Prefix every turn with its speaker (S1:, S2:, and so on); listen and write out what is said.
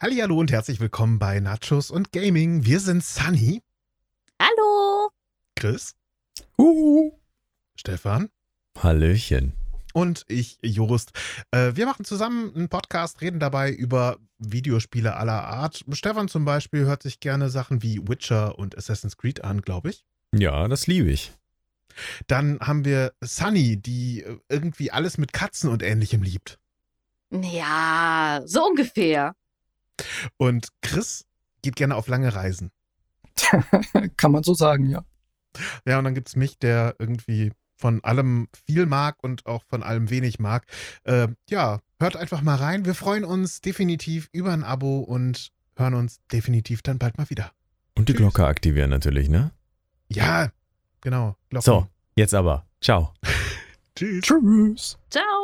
S1: Hallo und herzlich willkommen bei Nachos und Gaming. Wir sind Sunny,
S2: Hallo!
S1: Chris,
S3: Uhu.
S1: Stefan
S3: Hallöchen.
S1: und ich, Jurist. Äh, wir machen zusammen einen Podcast, reden dabei über Videospiele aller Art. Stefan zum Beispiel hört sich gerne Sachen wie Witcher und Assassin's Creed an, glaube ich.
S3: Ja, das liebe ich.
S1: Dann haben wir Sunny, die äh, irgendwie alles mit Katzen und ähnlichem liebt.
S2: Ja, so ungefähr.
S1: Und Chris geht gerne auf lange Reisen.
S4: Kann man so sagen, ja.
S1: Ja, und dann gibt es mich, der irgendwie von allem viel mag und auch von allem wenig mag. Äh, ja, hört einfach mal rein. Wir freuen uns definitiv über ein Abo und hören uns definitiv dann bald mal wieder.
S3: Und die
S1: Tschüss.
S3: Glocke aktivieren natürlich, ne?
S1: Ja, genau. Glocke.
S3: So, jetzt aber. Ciao.
S1: Tschüss.
S4: Tschüss.
S2: Ciao!